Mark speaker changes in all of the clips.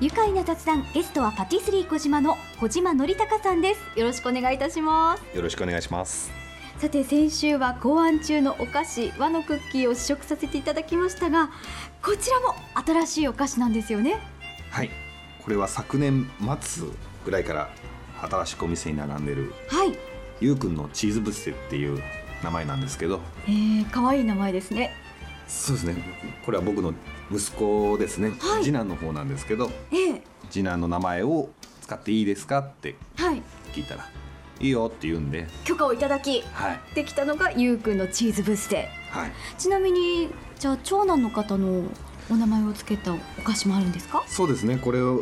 Speaker 1: 愉快な雑談ゲストはパティスリー小島の小島則隆さんですよろしくお願いいたします
Speaker 2: よろしくお願いします
Speaker 1: さて先週は考案中のお菓子和のクッキーを試食させていただきましたがこちらも新しいお菓子なんですよね
Speaker 2: はいこれは昨年末ぐらいから新しくお店に並んでる
Speaker 1: はい、
Speaker 2: ゆうくんのチーズブッセっていう名前なんですけど
Speaker 1: えー、可愛い名前ですね
Speaker 2: そうですねこれは僕の息子ですね、
Speaker 1: はい
Speaker 2: 次男の方なんですけど
Speaker 1: ええ
Speaker 2: 次男の名前を使っていいですかって
Speaker 1: はい
Speaker 2: 聞いたら「いいよ」って言うんで
Speaker 1: 許可をいただき
Speaker 2: はい
Speaker 1: できたのがゆうくんのチーズブッセ
Speaker 2: はい
Speaker 1: ちなみにじゃあ長男の方のお名前をつけたお菓子もあるんですか
Speaker 2: そうですねこれは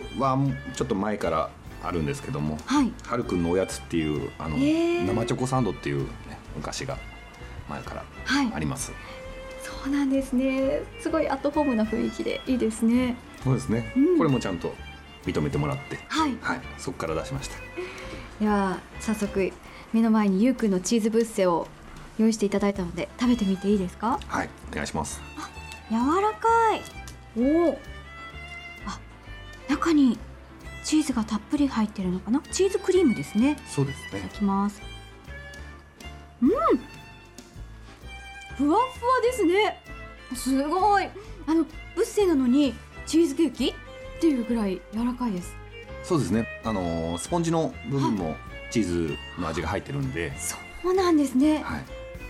Speaker 2: ちょっと前からあるんですけども
Speaker 1: はい
Speaker 2: はるくんのおやつっていうあの、
Speaker 1: へー
Speaker 2: 生チョコサンドっていう、ね、お菓子が前から
Speaker 1: はい
Speaker 2: あります、
Speaker 1: そうなんですねすごいアットホームな雰囲気でいいですね
Speaker 2: そうですね、
Speaker 1: うん
Speaker 2: これもちゃんと認めてもらって
Speaker 1: はい
Speaker 2: はいそこから出しました
Speaker 1: では早速目の前にゆうくんのチーズブッセを用意していただいたので食べてみていいですか
Speaker 2: はいお願いします
Speaker 1: 柔らかいおおあ中にチーズがたっぷり入ってるのかなチーズクリームですね
Speaker 2: そうです
Speaker 1: いた
Speaker 2: ね
Speaker 1: だきますうんふわっふわですねすごいあのブッセなのにチーズケーキっていうぐらい柔らかいです
Speaker 2: そうですねあのースポンジの部分もチーズの味が入ってるんで、
Speaker 1: そうなんですね
Speaker 2: は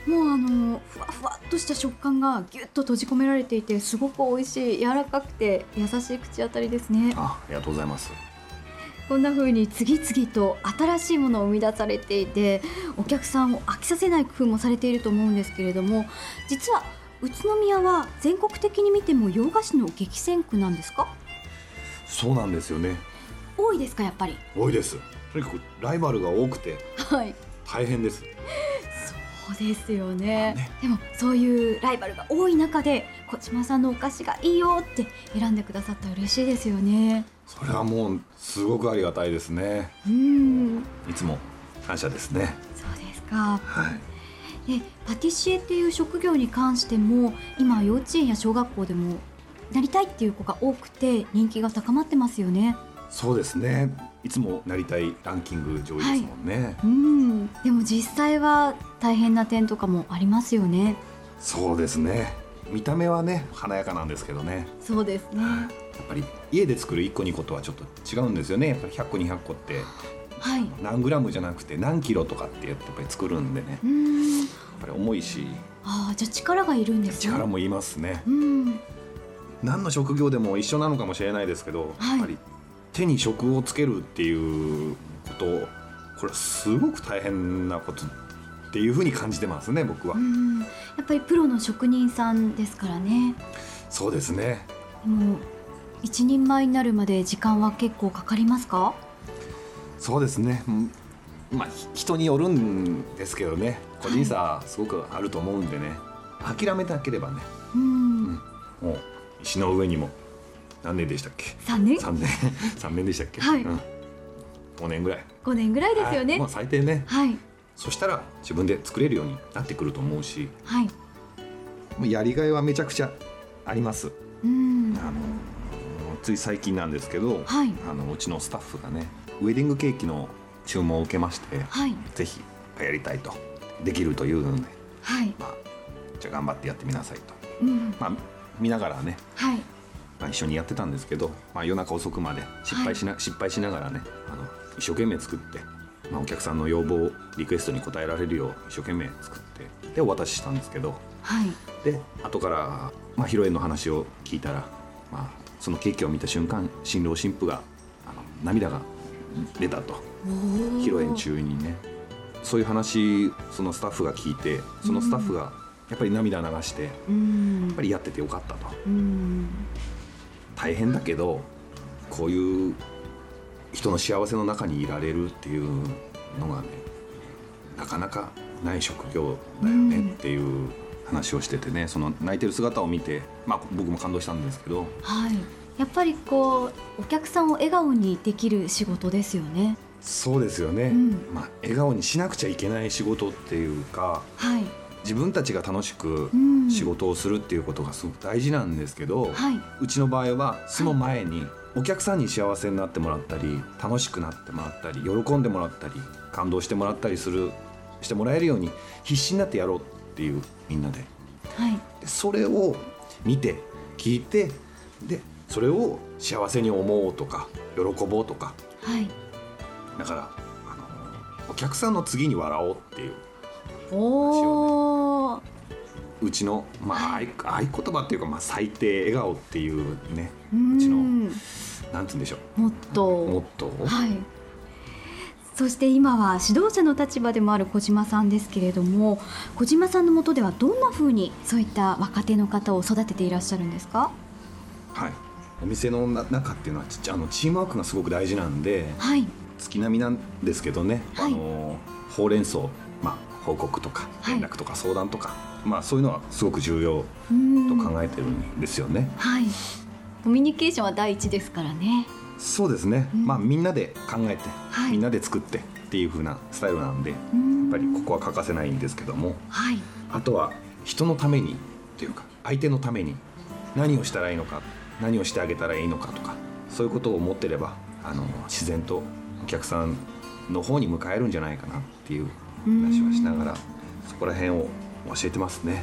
Speaker 2: い、
Speaker 1: もうあのふわふわっとした食感がぎゅっと閉じ込められていてすごく美味しい柔らかくて優しい口当たりですね
Speaker 2: あありがとうございます
Speaker 1: こんな風に次々と新しいものを生み出されていてお客さんを飽きさせない工夫もされていると思うんですけれども実は宇都宮は全国的に見ても洋菓子の激戦区なんですか
Speaker 2: そうなんですよね
Speaker 1: 多いですかやっぱり
Speaker 2: 多いですとにかくライバルが多くて
Speaker 1: はい
Speaker 2: 大変です
Speaker 1: そうですよね
Speaker 2: ね
Speaker 1: でもそういうライバルが多い中で小島さんのお菓子がいいよって選んでくださったら嬉しいですよね
Speaker 2: それはもうすごくありがたいですね
Speaker 1: うん
Speaker 2: いつも感謝ですね
Speaker 1: そうですか
Speaker 2: はい
Speaker 1: でパティシエっていう職業に関しても今幼稚園や小学校でもなりたいっていう子が多くて人気が高まってますよね
Speaker 2: そうですねいつもなりたいランキング上位ですもんね、
Speaker 1: うんでも実際は大変な点とかもありますよね
Speaker 2: そうですね見た目はね華やかなんですけどね
Speaker 1: そうですね
Speaker 2: やっぱり家で作る1個2個とはちょっと違うんですよねやっぱり100個200個って
Speaker 1: はい
Speaker 2: 何グラムじゃなくて何キロとかってやっぱり作るんでねや
Speaker 1: うん
Speaker 2: っぱり重いし
Speaker 1: ああじゃあ力がいるんですね
Speaker 2: 力もいりますね
Speaker 1: うん
Speaker 2: 何の職業でも一緒なのかもしれないですけど、
Speaker 1: はい
Speaker 2: やっぱり手に職をつけるっていうことこれすごく大変なことっていうふうに感じてますね僕は、
Speaker 1: うんやっぱりプロの職人さんですからね
Speaker 2: そうですね
Speaker 1: でも一人前になるまで時間は結構かかりますか
Speaker 2: そうですね。うんまあひ人によるんですけどね。個人差はすごくあると思うんでね。諦めなければね。
Speaker 1: うん、
Speaker 2: うんもう石の上にも何年でしたっけ？
Speaker 1: 3年
Speaker 2: 三年 三年でしたっけ？
Speaker 1: はい
Speaker 2: うん。五年ぐらい。
Speaker 1: 5年ぐらいですよ
Speaker 2: はい
Speaker 1: ね
Speaker 2: まあ最低ね。
Speaker 1: はい
Speaker 2: そしたら自分で作れるようになってくると思うし、
Speaker 1: はい。
Speaker 2: もうやりがいはめちゃくちゃあります。
Speaker 1: うん。
Speaker 2: あのつい最近なんですけど、
Speaker 1: はい
Speaker 2: あのうちのスタッフがねウェディングケーキの注文を受けまして。
Speaker 1: はい。
Speaker 2: ぜひやりたいとできるというので、
Speaker 1: はい。
Speaker 2: まあ、じゃあ頑張ってやってみなさいと、
Speaker 1: うん。
Speaker 2: まあ、見ながらね、
Speaker 1: はい。
Speaker 2: まあ、一緒にやってたんですけど、まあ、夜中遅くまで失敗しな,、失敗しながらねあの一生懸命作って、まあ、お客さんの要望リクエストに応えられるよう一生懸命作ってでお渡ししたんですけど
Speaker 1: はい。
Speaker 2: で後から、まあ、披露宴の話を聞いたら、まあ、そのケーキを見た瞬間新郎新婦があの涙が出たと。披
Speaker 1: 披
Speaker 2: 露宴。中にねそういう話そのスタッフが聞いてそのスタッフがやっぱり涙流して、や
Speaker 1: うん。や
Speaker 2: っぱ。りやっててよかったと
Speaker 1: うん。
Speaker 2: 大変だけどこういう人の幸せの中にいられるっていうのがねなかなかない職業だよ
Speaker 1: う
Speaker 2: ね
Speaker 1: ん
Speaker 2: っていう話をしててねその泣いてる姿を見て、まあ、僕も感動したんですけど
Speaker 1: はい。やっぱりこうお客さんを笑顔にできる仕事ですよね。
Speaker 2: そうですよね
Speaker 1: うん
Speaker 2: まあ、笑顔にしなくちゃいけない仕事っていうか
Speaker 1: はい。
Speaker 2: 自分たちが楽しく
Speaker 1: うん
Speaker 2: 仕事をするっていうことがすごく大事なんですけど、
Speaker 1: はいう
Speaker 2: ちの場合はその前にお客さんに幸せになってもらったり楽しくなってもらったり喜んでもらったり感動してもらったりするしてもらえるように必死になってやろうっていうみんなで
Speaker 1: はい
Speaker 2: でそれを見て聞いてでそれを幸せに思おうとか喜ぼうとか
Speaker 1: はい
Speaker 2: だからあのお客さんの次に笑おうっていう
Speaker 1: おお、
Speaker 2: うちの、まあ、合
Speaker 1: はい
Speaker 2: い合言葉っていうか、まあ、最低笑顔っていうね
Speaker 1: う
Speaker 2: うちの
Speaker 1: ん
Speaker 2: なんつうんでしょ
Speaker 1: もっ
Speaker 2: うモッ
Speaker 1: と
Speaker 2: トー
Speaker 1: はいそして今は指導者の立場でもある小島さんですけれども小島さんの下ではどんなふうにそういった若手の方を育てていらっしゃるんですか
Speaker 2: はい、お店のな中っていうのはちっちゃあのチームワークがすごく大事なんで
Speaker 1: はい
Speaker 2: 月並みなんですけどね、
Speaker 1: はい
Speaker 2: あのほうれん草、まあ、報告とか
Speaker 1: はい
Speaker 2: 連絡とか相談とか、まあ、そういうのはすごく重要
Speaker 1: うん
Speaker 2: と考えてるんですよね。
Speaker 1: はいコミュニケーションは第一ですからね
Speaker 2: そうですね、
Speaker 1: うん
Speaker 2: まあ、みんなで考えて、
Speaker 1: はい
Speaker 2: みんなで作ってっていう風なスタイルなんでや
Speaker 1: やっ
Speaker 2: っぱりここは欠かせないんですけども
Speaker 1: はい
Speaker 2: あとは人のためにっていうか相手のために何をしたらいいのか何をしてあげたらいいのかとかそういうことを思ってればあの自然とお客さんの方に向かえるんじゃないかなっていう話はしながらそこら辺を教えてますね。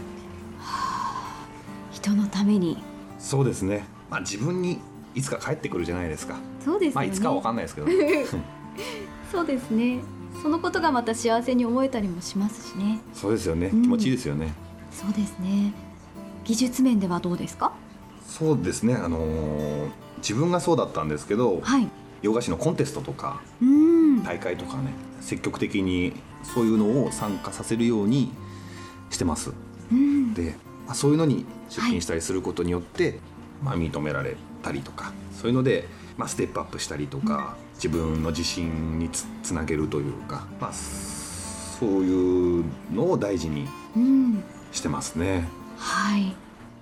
Speaker 1: 人のために
Speaker 2: そうですね、まあ、自分にいつか帰ってくるじゃないですか。
Speaker 1: そうですよね、
Speaker 2: まあ、いつかは分かんないですけどね、
Speaker 1: そうですねそのことがまた幸せに思えたりもしますしね
Speaker 2: そうですよね、
Speaker 1: うん
Speaker 2: 気持ちいいですよね。
Speaker 1: そうですね技術面ではどうですか
Speaker 2: そうですね、あのー自分がそうだったんですけど、
Speaker 1: はい
Speaker 2: 洋菓子のコンテストとか
Speaker 1: うん
Speaker 2: 大会とかね積極的にそういうのを参加させるようにしてます
Speaker 1: うん
Speaker 2: で、まあ、そういうのに出品したりすることによって、まあ、認められたりとかそういうので、まあ、ステップアップしたりとか、自分の自信につつなげるというか、まあ、そういうのを大事に
Speaker 1: うん
Speaker 2: してますね。
Speaker 1: はい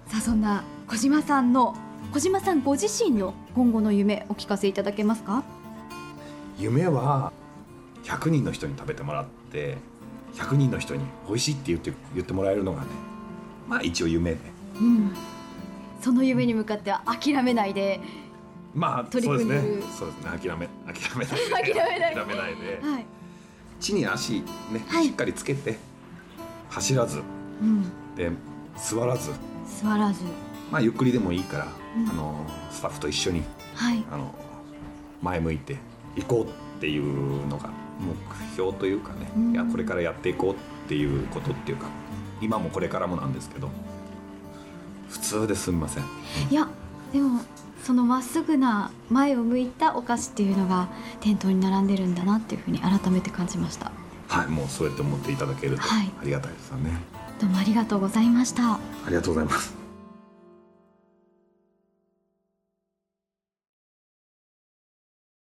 Speaker 1: さあそんな小島さんの小島さんご自身の今後の夢お聞かせいただけますか
Speaker 2: 夢は100人の人に食べてもらって100人の人に美味しいって言って言ってもらえるのがねまあ一応夢で
Speaker 1: うんその夢に向かっては諦めないで
Speaker 2: まあ
Speaker 1: 取り組んでる
Speaker 2: そうですねそうですね諦め諦めない
Speaker 1: 諦め
Speaker 2: で
Speaker 1: ない
Speaker 2: 諦めないで
Speaker 1: はい、
Speaker 2: 地に足ね、
Speaker 1: はい
Speaker 2: しっかりつけて走らず
Speaker 1: うん、
Speaker 2: で座らず
Speaker 1: 座らず
Speaker 2: まあゆっくりでもいいから、
Speaker 1: うん
Speaker 2: あのスタッフと一緒に
Speaker 1: はい
Speaker 2: あの前向いて行こうっていうのが目標というかね、
Speaker 1: うん
Speaker 2: いやこれからやっていこうっていうことっていうか今もこれからもなんですけど普通ですみません
Speaker 1: いやでもそのまっすぐな前を向いたお菓子っていうのが店頭に並んでるんだなっていうふうに改めて感じました
Speaker 2: はいもうそうやって思っていただけると
Speaker 1: はい
Speaker 2: ありがたいですよね、
Speaker 1: どうもありがとうございました
Speaker 2: ありがとうございます